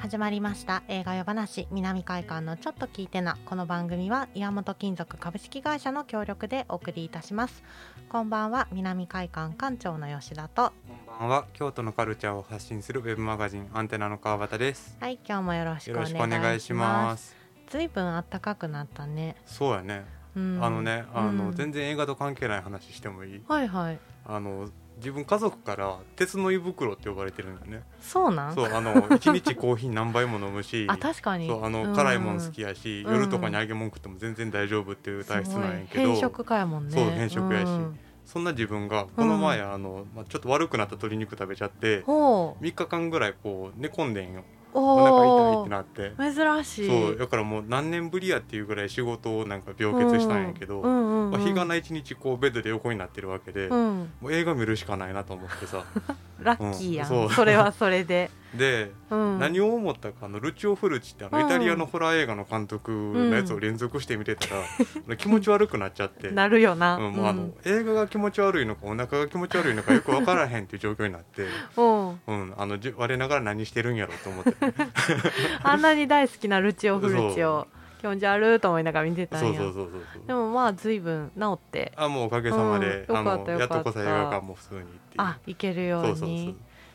始まりました映画夜話南海館のちょっと聞いてなこの番組は岩本金属株式会社の協力でお送りいたしますこんばんは南海館館長の吉田とこんばんは。京都のカルチャーを発信するウェブマガジンアンテナの川端です。はい今日もよろしよくおろしくお願願いいししまますす。ずいぶん暖かくなったね、そうやね。うんあのね、あの、うん全然映画と関係ない話してもいい。はいはいあの自分家族から鉄の胃袋って呼ばれてるんだよね。そうなんそう あの一日コーヒー何杯も飲むし。あ確かにそうあのん辛いもん好きやし、うん夜とかに揚げ物食っても全然大丈夫っていう体質なんやすごけいど偏食家やもんねそう偏食やしんそんな自分がこの前、あの、まあ、ちょっと悪くなった鶏肉食べちゃってほう3日間ぐらいこう寝込んでんよお腹痛いおってなってー珍しいそうだからもう何年ぶりやっていうぐらい仕事をなんか病欠したんやけど、うんうんうんまあ、日がない一日こうベッドで横になってるわけで、うん、もう映画見るしかないなと思っ てさラッキーやん、うんそうそれはそれ で、で、うん、何を思ったかあのルチオ・フルチってあのうんイタリアのホラー映画の監督のやつを連続して見てたら、あの気持ち悪くなっちゃって。 なるよな、うんもうあの映画が気持ち悪いのかお腹が気持ち悪いのかよく分からへんっていう状況になって、うんうんうん、あのじ我ながら何してるんやろ と思ってあんなに大好きなルチオ・フルチを気持ち悪いと思いながら見てたんそやうそうそうそうそうでもまあ随分治ってあもうおかげさまで、うんあよかったのよかっやったとこさ映画館も普通にっていうあ行けるようそにうそうそう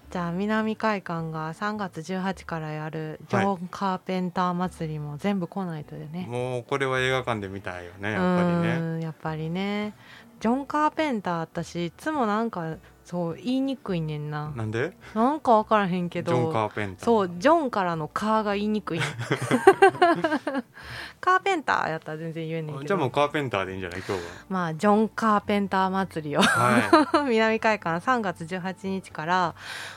じゃあ南海館が3月18からやるジョン・カーペンター祭りも全部来ないとでねもうこれは映画館で見たいよねやっぱりねうんやっぱりねジョン・カーペンター私いつもなんかそう言いにくいねんななんでなんか分からへんけジどョン・カーペンターそうジョンからの「カー」が言いにくいね カーペンターやったら全然言えんねんけどじゃあもうカーペンターでいいんじゃない今日 まあジョン・カーペンター祭りを はは南海館3月18日から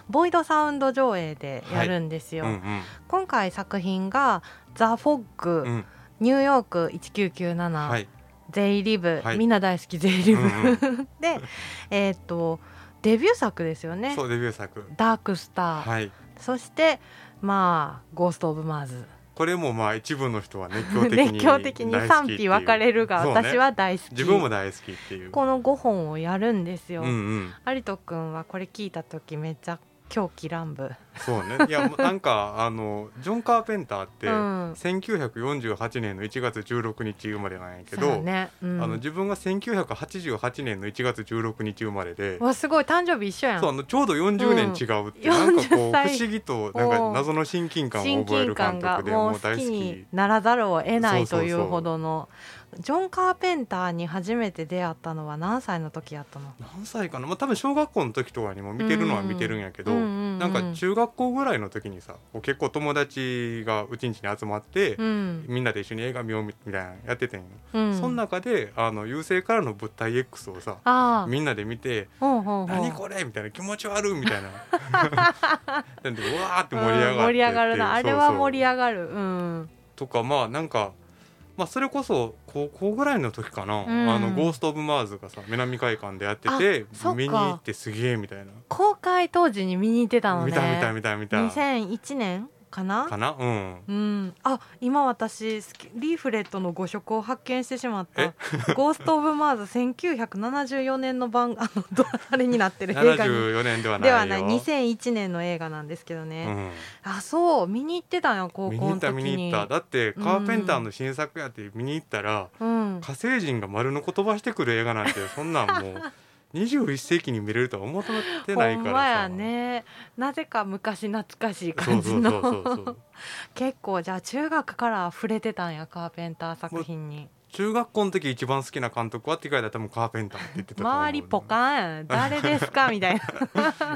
ボイドサウンド上映でやるんですいよ、うんうん今回作品が「ザ・フォッグ」うんニューヨーク1997」はいゼイリブ、はいみんな大好きゼイうリブ、んうんでえーっとデビュー作ですよねそうデビュー作ダークスター、はいそしてまあゴースト・オブ・マーズこれもまあ一部の人は熱狂的 に熱狂的に大好きっ賛てい否う分かれるが、そうね私は大好き自分も大好きっていうこの5本をやるんですよ、うんうん有人君はこれ聞いた時めっちゃ狂気乱舞そうねいやもうなんかあのジョン・カーペンターってうん1948年の1月16日生まれなんやけそうどやね、うん、あの自分が1988年の1月16日生まれで、わすごい誕生日一緒やそうんあのちょうど40年違うって、うんなんか40こう歳不思議となんか謎の親近感を親覚え近る感監が督でももうう大好き好きに。ならざるを得ないそうとそうそういうほどのジョン・カーペンターに初めて出会ったのは何歳の時やったの何歳かな、まあ、多分小学校の時とかにも見てるのは見てるんやけど、うんうんうんなんか中学校ぐらいの時にさこう結構友達がうちんちに集まって、うん、みんなで一緒に映画見ようみたいなのやっててんよ、うん、その中であの優勢からの物体 X をさああみんなで見てほうほうほう何これみたいな気持ち悪いみた いななんでうわーって盛り上がってっていう、うん盛り上がるなあれそうはそう盛り上がるうんとかまあなんか、まあ、それこそ高校ぐらいの時かな、うんあのゴースト・オブ・マーズがさ南海館でやっててあそっか見に行ってすげえみたいな、公開当時に見に行ってたのね見た見た見た見た2001年かなかなうんうん、あ今私スキリーフレットの誤色を発見してしまったえ 「ゴースト・オブ・マーズ」1974年の番あ のドあれになってる映画に74年ではないよではない2001年の映画なんですけどね、あそう見に行ってたんやう高ん、見に校行っのた時見にに行っただってカーペンターの新作やって見に行ったら、うん、火星人が丸のこ飛ばしてくる映画なんてそんなんもう21世紀に見れるとは思ってないほんからさまやねなぜか昔懐かしいそ感うじそうのそうそうそう 結構じゃあ中学から触れてたんやカーペンター作品に中学校の時一番好きな監督はって書いたら多分カーペンターって言ってたと思う周りポカーンやん誰ですかみたいな、い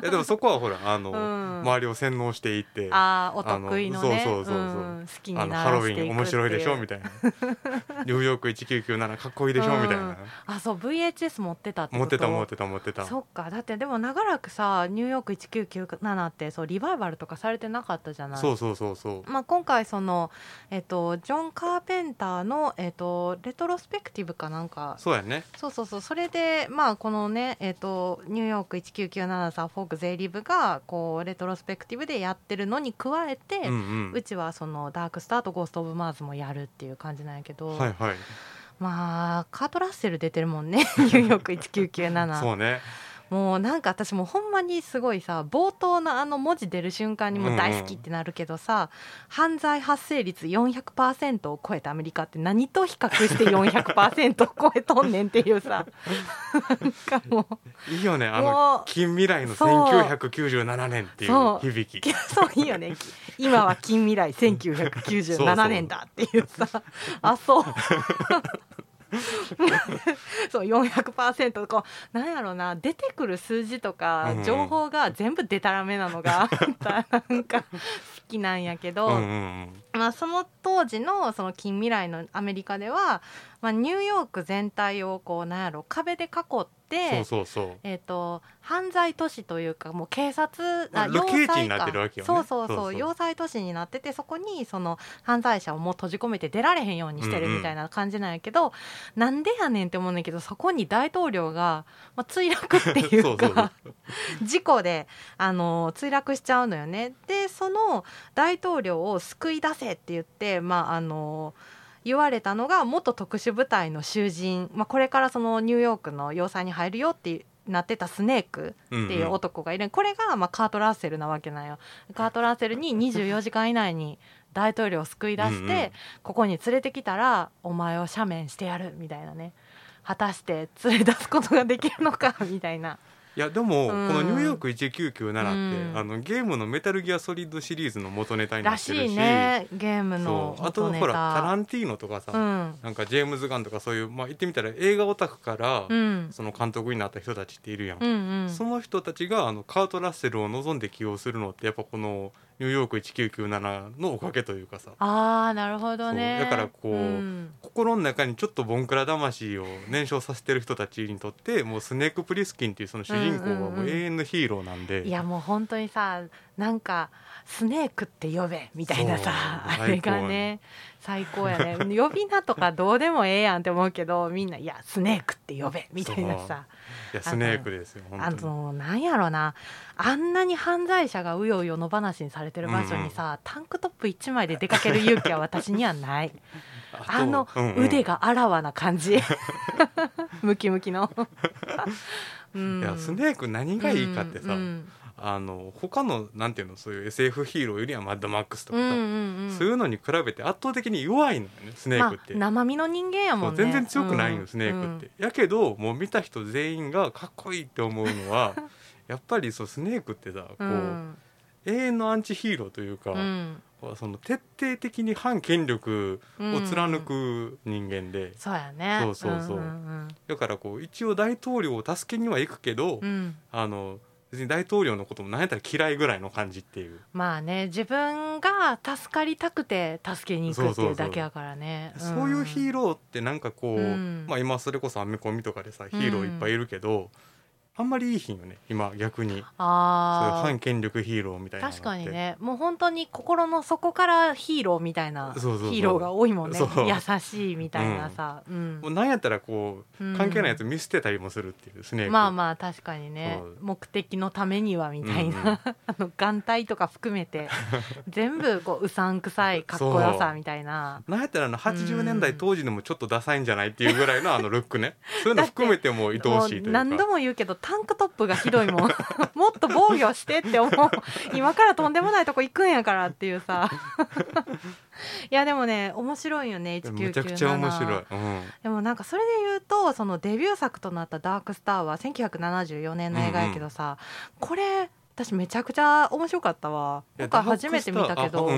やでもそこはほらあの、うん周りを洗脳していってああーお得意のねあのそうそうそうそうん好きになのらハロウしていィくン面白いでしょみたいたいなニューヨーク1997かっこいいでしょ、うんみたいななあそう VHS 持ってたってこと持ってた持ってた持ってたそっかだってでも長らくさニューヨーク1997ってそうリバイバルとかされてなかったじゃないそうそうそうそうまあ、今回その、えっとジョン・カーペンターの、えっとレトロスペクティブかなんかそうやねそうそうそうそれでまあこのねえっ、とニューヨーク1997さフォークゼイリブがこうレトロスペクティブでやってるのに加えて、ううんうんちはそのダークスターとゴースト・オブ・マーズもやるっていう感じなんやけど、はいはい まあカート・ラッセル出てるもんねニューヨーク1997そうねもうなんか私もうほんまにすごいさ冒頭のあの文字出る瞬間にもう大好きってなるけどさ、犯罪発生率400%を超えたアメリカって何と比較して400%を超えとんねんっていう さなんかもういいよねもあうの近未来のそう1997年っていそうう響ききそういいよねき今は近未来1997年だっていうさあそう そう400%こうなんやろうな出てくる数字とかうん情報が全部でたらめなの がなんか好きなんやけど、うんうんうんまあ、その当時のその近未来のアメリカでは、まあ、ニューヨーク全体をこうなんやろ壁で囲ってそうそうそうえー、と犯罪都市というかもう警察まあ要ロケ地塞になってるわけよねそうそうそうそうそう要塞都市になっててそこにその犯罪者をもう閉じ込めて出られへんようにしてるうんうんみたいな感じなんやけど、なんでやねんって思うねんだけどそこに大統領が、まあ、墜落っていそうう そうそうか事故で、あの墜落しちゃうのよね。でその大統領を救い出せって言って、まああの言われたのが元特殊部隊の囚人、まあ、これからそのニューヨークの要塞に入るよってなってたスネークうんっていう男がいる、これがまあカート・ラッセルなわけなんよカート・ラッセルに24時間以内に大統領を救い出してうんうんここに連れてきたらお前を赦免してやるみたいなね果たして連れ出すことができるのかみたいないやでも、うんこの「ニューヨーク1997」って、うんあのゲームの「メタルギアソリッド」シリーズの元ネタにならってるししいねゲームのそうあ元とネほらタラタンティーノとかさ、うんなんかジェームズ・ガンとかそういう、まあ、言ってみたら映画オタクから、うんその監督になった人たちっているやん、うんうんその人たちがあのカート・ラッセルを望んで起用するのってやっぱこの「ニューヨーク1997」のおかげというかさああなるほどねそうだからこうん心の中にちょっとボンクラ魂を燃焼させてる人たちにとってもうスネーク・プリスキンっていうその主人うん公はうんうんもう永遠のヒーローなんで。いやもう本当にさなんかスネークって呼べみたいなさそうあれがね最高やね呼び名とかどうでもええやんって思うけどみんないやスネークって呼べみたいなさいやスネークですよ本あ当にのなんやろなあんなに犯罪者がうようよの話にされてる場所にさ、タンクトップ1枚で出かける勇気は私にはないあとあのうんうん腕があらわな感 じムキムキの、うんいやスネーク何がいいかってさ、うんうんあの他のなんていうのそういう SF ヒーローよりはマッドマックスとかうんさ、うんうんそういうのに比べて圧倒的に弱いのよねスネークって、まあ、生身の人間やもそんうね全然強くないんよ、うんスネークって、やけどもう見た人全員がかっこいいって思うの はやっぱりそうスネークってさこう、うんうん永遠のアンチヒーローというか、うんその徹底的に反権力うんを貫く人間で、そうやねそうそうそうんだからこう一応大統領を助けには行くけうど、んうんあの別に大統領のことも何やったら嫌いぐらいの感じっていう、まあね自分が助かりたくて助けに行くっていうだけやからねそういうヒーーローってなんかこう、うんまあ、今それこそアメコミとかでさうヒんーローいっぱいいるけど、あんまりいいひんよね今逆にそういうあー反権力ヒーローみたいなのって確かにねもう本当に心の底からヒーローみたいなヒそうそうそうーローが多いもんねそう優しいみたいなさ、うんもうなんやったらこううん関係ないやつ見捨てたりもするっていうスネーク、まあまあ確かにねそう目的のためにはみたいな、うんうんあの眼帯とか含め て全部こううさんくさいかっこよさみたいななんやったらあの80年う代ん当時でもちょっとダサいんじゃないっていうぐらいのあのルッ クねそういうの含めても愛おしいというかもう何度も言うけどタンクトップがひどい もんもっと防御してって思う今からとんでもないとこ行くんやからっていう さいやでもね面白いよね1997めちゃくちゃ面白い、うんでもなんかそれで言うとそのデビュー作となった「ダークスター」は1974年の映画やけどさ、これ私めちゃくちゃ面白かったわいや今回初めて見たけど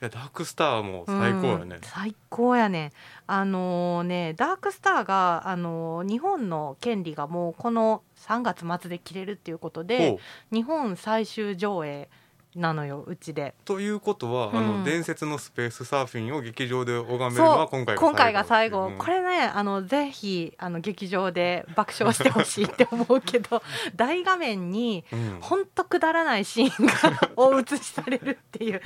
ダークスターあうんうんうんいやダークスターも最高よね、うん最高やねあのねダークスターが、あのー日本の権利がもうこの3月末で切れるっていうことおでう日本最終上映なのようちでということは、あうんの伝説のスペースサーフィンを劇場で拝めるのそはう今回が最後今回が最後、うんこれねあのぜひあの劇場で爆笑してほしいって思うけど大画面にうんほんとくだらないシーンがお映しされるっていう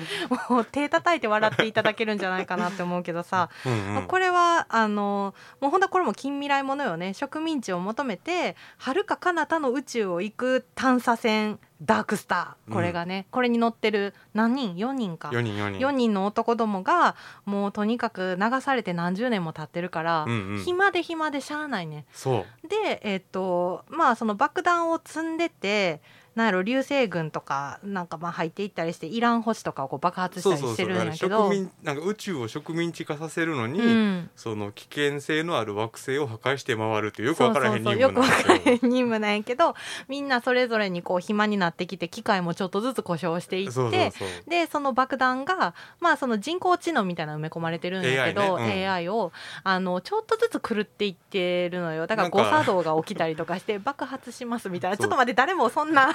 もう手叩いて笑っていただけるんじゃないかなって思うけどさうんうんこれはあのもう本当これも近未来ものよね植民地を求めてはるか彼方の宇宙を行く探査船ダークスターこれがね、これに乗ってる何人4人か4人4人4人の男どもがもうとにかく流されて何十年も経ってるから、うんうん暇で暇でしゃあないねそうでえっ、とまあその爆弾を積んでてなんやろ流星群とかなんかまあ入っていったりしてイラン星とかをこう爆発しそたうりそうしてそうるだんやからけど植民なんか宇宙を植民地化させるのに、うんその危険性のある惑星を破壊して回るっていうよくそわうからそへうんそう任よ務くわなんからですへんよ。任務なんやけどみんなそれぞれにこう暇になってきて機械もちょっとずつ故障していってそうそうそうでその爆弾が、まあ、その人工知能みたいなの埋め込まれてるんだけど AI ねうん AI をあのちょっとずつ狂っていってるのよだから誤なんか作動が起きたりとか して爆発しますみたいなちそうょっと待って誰もそん な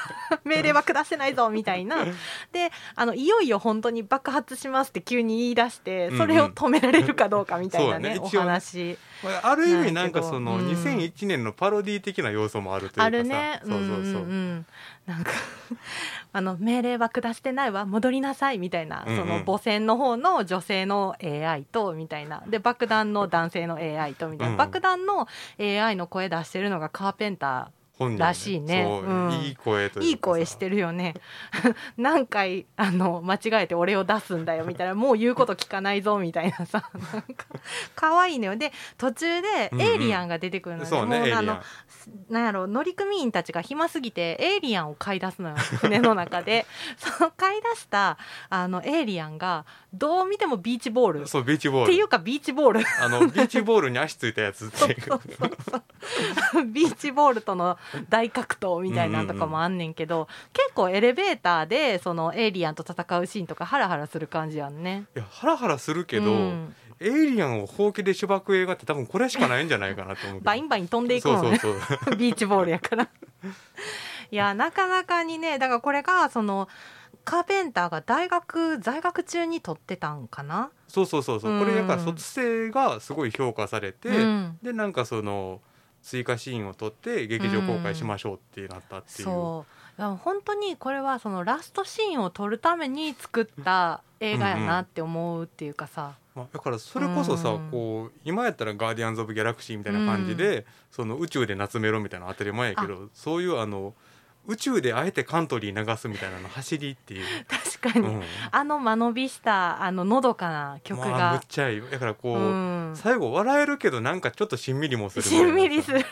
命令は下してないぞみたいなであのいよいよ本当に爆発しますって急に言い出してうんうんそれを止められるかどうかみたいなね,、そうだね一お応ね話まあある意味なんかそのなんやけどうん2001年のパロディ的な要素もあるというかさあるねそうそうそう、んんんなんか あの命令は下してないわ戻りなさいみたいな、うんうんその母船の方の女性の AI とみたいなで爆弾の男性の AI とみたいな、うん爆弾の AI の声出してるのがカーペンタ本人らしいねそううんいい声とーいうかさいい声してるよね 何回あの間違えて俺を出すんだよみたいなもう言うこと聞かないぞみたいなさなんか可愛いのよで途中でエイリアンが出てくるのそうねもエイリアあのンなんやろ乗組員たちが暇すぎてエイリアンを買い出す のよ船の中でその買い出したあのエイリアンがどう見てもビーチボールっそうビーチボーてルいうかビーチボール あのビーチボールに足ついたやつっていうそうそうそうビーチボールとの大格闘みたいなのとかもあんねんけど、結構エレベーターでそのエイリアンと戦うシーンとかハラハラする感じやんね。いやハラハラするけど、うんエイリアンをほうきでしばく映画って多分これしかないんじゃないかなと思うけどバインバイン飛んでいくそうのそねうそう ビーチボールやから。いやなかなかにねだからこれがそのカーペンターが大学在学中に撮ってたんかな。そうそうそうそううんこれだから卒生がすごい評価されて、うんでなんかその追加シーンを撮って劇場公開しましょうってなったっていう、そういや本当にこれはそのラストシーンを撮るために作った映画やなって思うっていうかさ、まあ、だからそれこそさ、うんこう今やったら「ガーディアンズ・オブ・ギャラクシー」みたいな感じで、その宇宙で夏メロみたいなの当たり前やけどそういうあの宇宙であえてカントリー流すみたいなの走りっていう、確かうに、ん、あの間延びしたあののどかな曲まあむがっ、ちゃいいよだからこう、うん、最後笑えるけどなんかちょっとしんみりもするしんみりする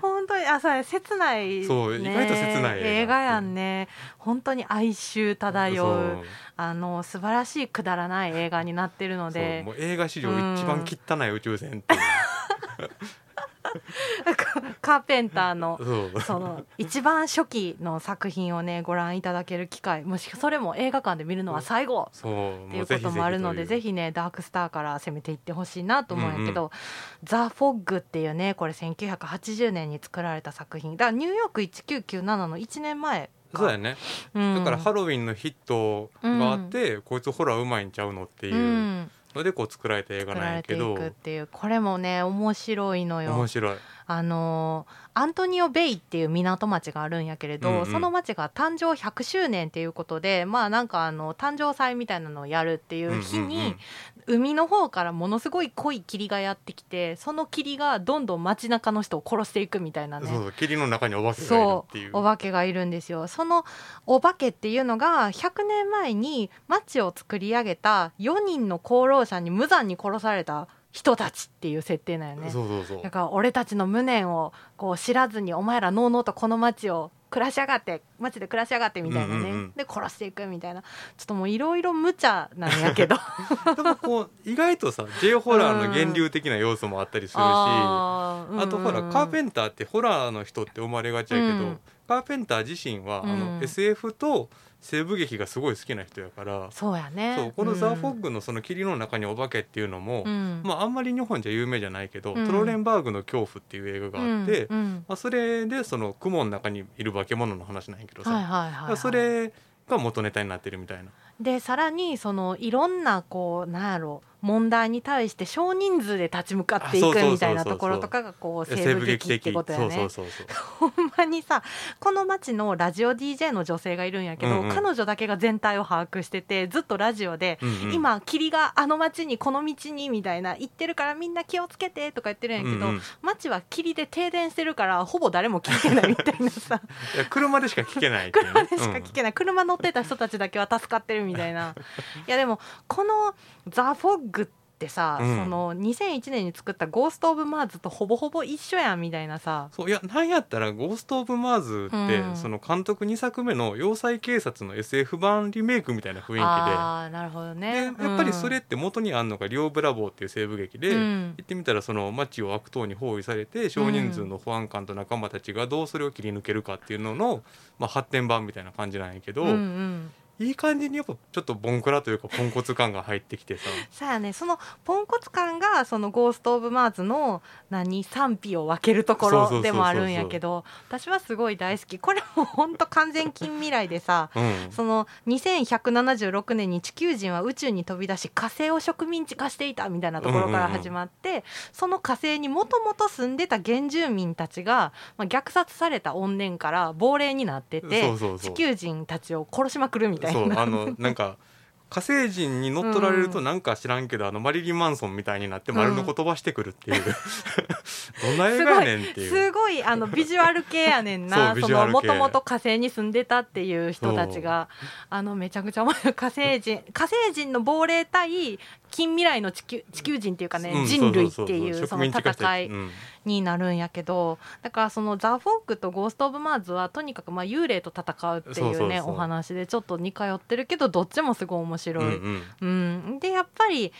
本当にあそうや切ない、ね、そう意外と切ない映画映画やんね本当に哀愁漂そううあの素晴らしいくだらない映画になってるのそうでもう映画史上一番汚い宇宙船っていう、 カーペンターのそうその一番初期の作品をねご覧いただける機会もしそれも映画館で見るのは最後そうっていうこともあるのでぜひひねダークスターから攻めていってほしいなと思うんやけど「ザ・フォッグ」っていうねこれ1980年に作られた作品だからニューヨーク1997の1年前かそうだよね、うんだからハロウィンのヒットがあって、こいつホラーうまいんちゃうのっていううんのでこう作られた映画作なんらやれけていどくっていうこれもね面白いのよ面白いあのーアントニオ・ベイっていう港町があるんやけれど、うんうんその町が誕生100周年っていうことでまあなんかあの誕生祭みたいなのをやるっていう日に、うんうんうん海の方からものすごい濃い霧がやってきてその霧がどんどん街中の人を殺していくみたいなね。そうそう霧の中にお化けがいるそっていううお化けがいるんですよそのお化けっていうのが100年前に町を作り上げた4人の功労者に無残に殺された人たちっていう設定なんよね。そうそうそうだから俺たちの無念をこう知らずにお前らのうのうとこの町を暮らしやがって町で暮らしやがってみたいなね、うんうんうんで殺していくみたいなちょっともういろいろ無茶なんや けどでもこう意外とさ J ホラーの源流的な要素もあったりするし、ああーうんうんとほらカーペンターってホラーの人って思われがちやけど、うんカーペンター自身は、あうのん SF と西部劇がすごい好きな人やから、そうやねそうこの「ザ・フォッググ」のその霧の中にお化けっていうのも、うんまあ、あんまり日本じゃ有名じゃないけど「うんトローレンバーグの恐怖」っていう映画があって、うんうんまあ、それでその雲の中にいる化け物の話なんやけどさ、はいはいはいだはかい、らそれが元ネタになってるみたいな。でさらにそのいろんなこうなんやろ問題に対して少人数で立ち向かっていあそうそうそうそくうみたいなところとかがこう西部劇ってことやそうそねう。そうそうほんまにさこの町のラジオ DJ の女性がいるんやけど、うんうん彼女だけが全体を把握しててずっとラジオで、うんうん 今霧があの町にこの道にみたいな行ってるからみんな気をつけてとか言ってるんやけど、うんうん町は霧で停電してるからほぼ誰も聞いてないみたいなさ いや車でしか聞けないっていうね 車でしか聞けない、車乗ってた人たちだけは助かってるみたいな いやでもこの「ザ・フォッグってさ、うんその2001年に作った「ゴースト・オブ・マーズ」とほぼほぼ一緒やんみたいなさそういやなんやったら「ゴースト・オブ・マーズ」って、うんその監督2作目の「要塞警察」の SF 版リメイクみたいな雰囲気ああなるほどでねでやっぱりそれって元にあんのが「リオ・ブラボー」っていう西部劇で、うん言ってみたらその街を悪党に包囲されて少人数の保安官と仲間たちがどうそれを切り抜けるかっていうのの、まあ、発展版みたいな感じなんやけど、うんうんいい感じにやっぱちょっとボンクラというかポンコツ感が入ってき てさそうやねそのポンコツ感がそのゴースト・オブ・マーズの何賛否を分けるとこそうそうろそうそうそうでもあるんやけど私はすごい大好きこれも本当完全近未来でさうんその2176年に地球人は宇宙に飛び出し火星を植民地化していたみたいなところから始まって、その火星にもともと住んでた原住民たちが、まあ、虐殺された怨念から亡霊になっててそうそうそ地う球人たちを殺しまくるみたいそうな。あのなんか火星人に乗っ取られるとなんか知らんけど、あのマリリン・マンソンみたいになって丸のこ飛ばしてくるっていう、 どんな映画やねんっていう。すごいあのビジュアル系やねんな そそうビジュアのル系もともと火星に住んでたっていう人たちがあのめちゃくちゃお前火星人火星人の亡霊対近未来の地球地球人っていうかね、うん人類っていそそうのそうそう植民地化して戦いうんになるんやけどだからその「ザ・フォーク」と「ゴースト・オブ・マーズ」はとにかくまあ幽霊と戦うっていうねそうそうそうお話でちょっと似通ってるけどどっちもすごい面うん白うい。ん、うんでやっぱり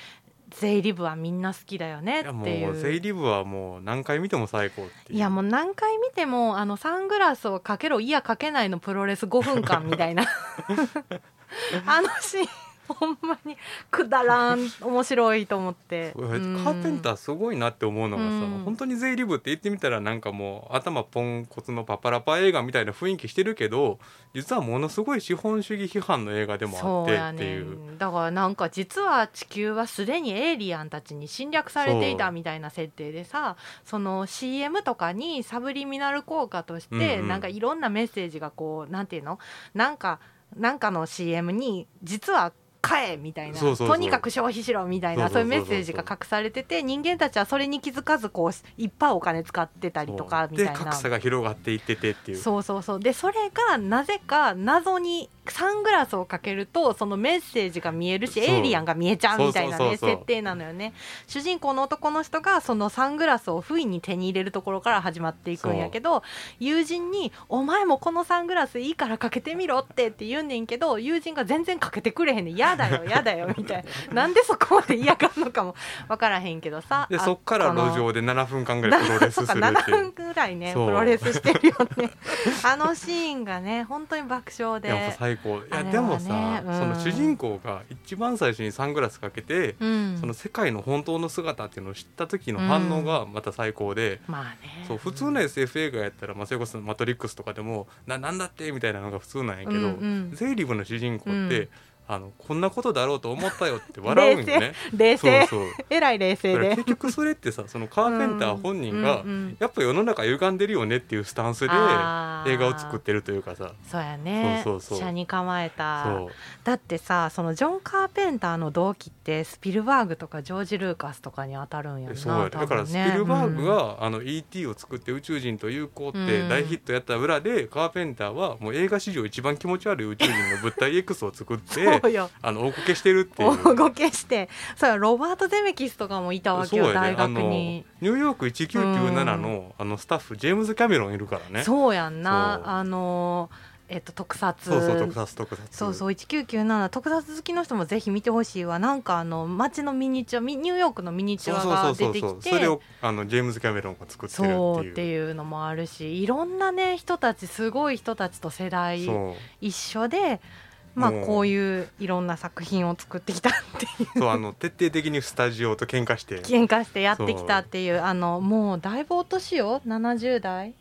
ゼイリブはみんな好きだよねいやっもていううセイリブはもう何回見ても最高っていいうやもう何回見てもあのサングラスをかけろいやかけないのプロレス5分間みた いなあのシーンほんまにくだらん面白いと思ってカーペンターすごいなって思うのがさ、うん本当にゼイリブって言ってみたらなんかもう頭ポンコツのパパラパ映画みたいな雰囲気してるけど実はものすごい資本主義批判の映画でもそうあやってってねいうんだからなんか実は地球はすでにエイリアンたちに侵略されていたそうみたいな設定でさその CM とかにサブリミナル効果として、うんうんなんかいろんなメッセージがこうなんていうのなんかなんかの CM に実は買えみたいなそうそうそうとにかく消費しろみたいなそそううそうそうそいううメッセージが隠されてて人間たちはそれに気づかずこういっぱいお金使ってたりとかみたいなで格差が広がっていっててっていうそうそうそうでそれがなぜか謎にサングラスをかけるとそのメッセージが見えるしそうエイリアンが見えちゃうみたいなそうそねうそうそう設定なのよね主人公の男の人がそのサングラスを不意に手に入れるところから始まっていくんやけど友人に「お前もこのサングラスいいからかけてみろ」ってって言うねんけど友人が全然かけてくれへんねん「やだよやだよ」みたいな なんでそこまで嫌がるのかも分からへんけどさであそっから路上で7分間ぐらいプロレスそうかするっ7ていう分ぐらいねプそうロレスしてるよね あのシーンがね本当に爆笑いやもうで、最高いあやれはねでもさ、うんその主人公が一番最初にサングラスかけて、うん、その世界の本当の姿っていうのを知った時の反応がまた最高で、まあねそう普通の SF 映画やったら、まあ、それこそ「マトリックス」とかでも「ななんだって」みたいなのが普通なんやけど、うんうんゼイリブの主人公って、うんあのこんなことだろうと思ったよって笑うんよね。冷そう静そうえらい冷だ静からで結局それってさそのカーペンター本人が、うんうんやっぱ世の中歪んでるよねっていうスタンスであー映画を作ってるというかさそうやねそうそうそう車に構えたそうだってさそのジョン・カーペンターの同期ってスピルバーグとかジョージ・ルーカスとかに当たるんやんなそうやねだから多ス分ねピルバーうグんが、あの E.T. を作って宇宙人と友好ってうん大ヒットやった裏で、カーペンターはもう映画史上一番気持ち悪い宇宙人の物体 X を作っ てそうよあの大こけしてるっていう。 大ごけしてそうやロバート・ゼメキスとかもいたわけそうよ、や大ね、あ学のニにューヨーク1997の,、あのスタッフジェームズ・キャメロンいるからねそうやんなそうあのえっと特撮そうそう特撮特撮そうそう1997特撮好きの人もぜひ見てほしいわなんかあの街のミニチュアミニューヨークのミニチュそうアそうがそ出うてそきうそれてをあのジェームズ・キャメロンが作ってるそうっってていういうのもあるしいろんなね人たちすごい人たちと世代そう一緒でまあもうこういういろんな作品を作ってきたっていうそうあの徹底的にスタジオと喧嘩して喧嘩してやってきたっていうあのもうだいぶお年よ70代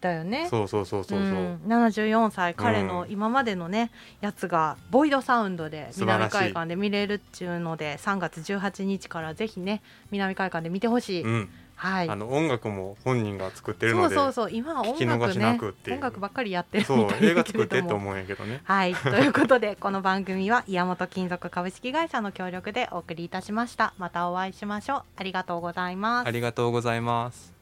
だよね。そうそうそうそうそう、ん、74歳彼の今までのね、やつがボイドサウンドで素晴らしい南海岸で見れるっちゅうので3月18日からぜひね南海岸で見てほしい、うんはいあの音楽も本人が作ってるそのうでそうそう今は音聞き逃楽しなねくっていう音楽ばっかりやってるそうみたい映だ画け作れってどとも。思うんやけどね はいということでこの番組は岩本金属株式会社の協力でお送りいたしましたまたお会いしましょうありがとうございますありがとうございます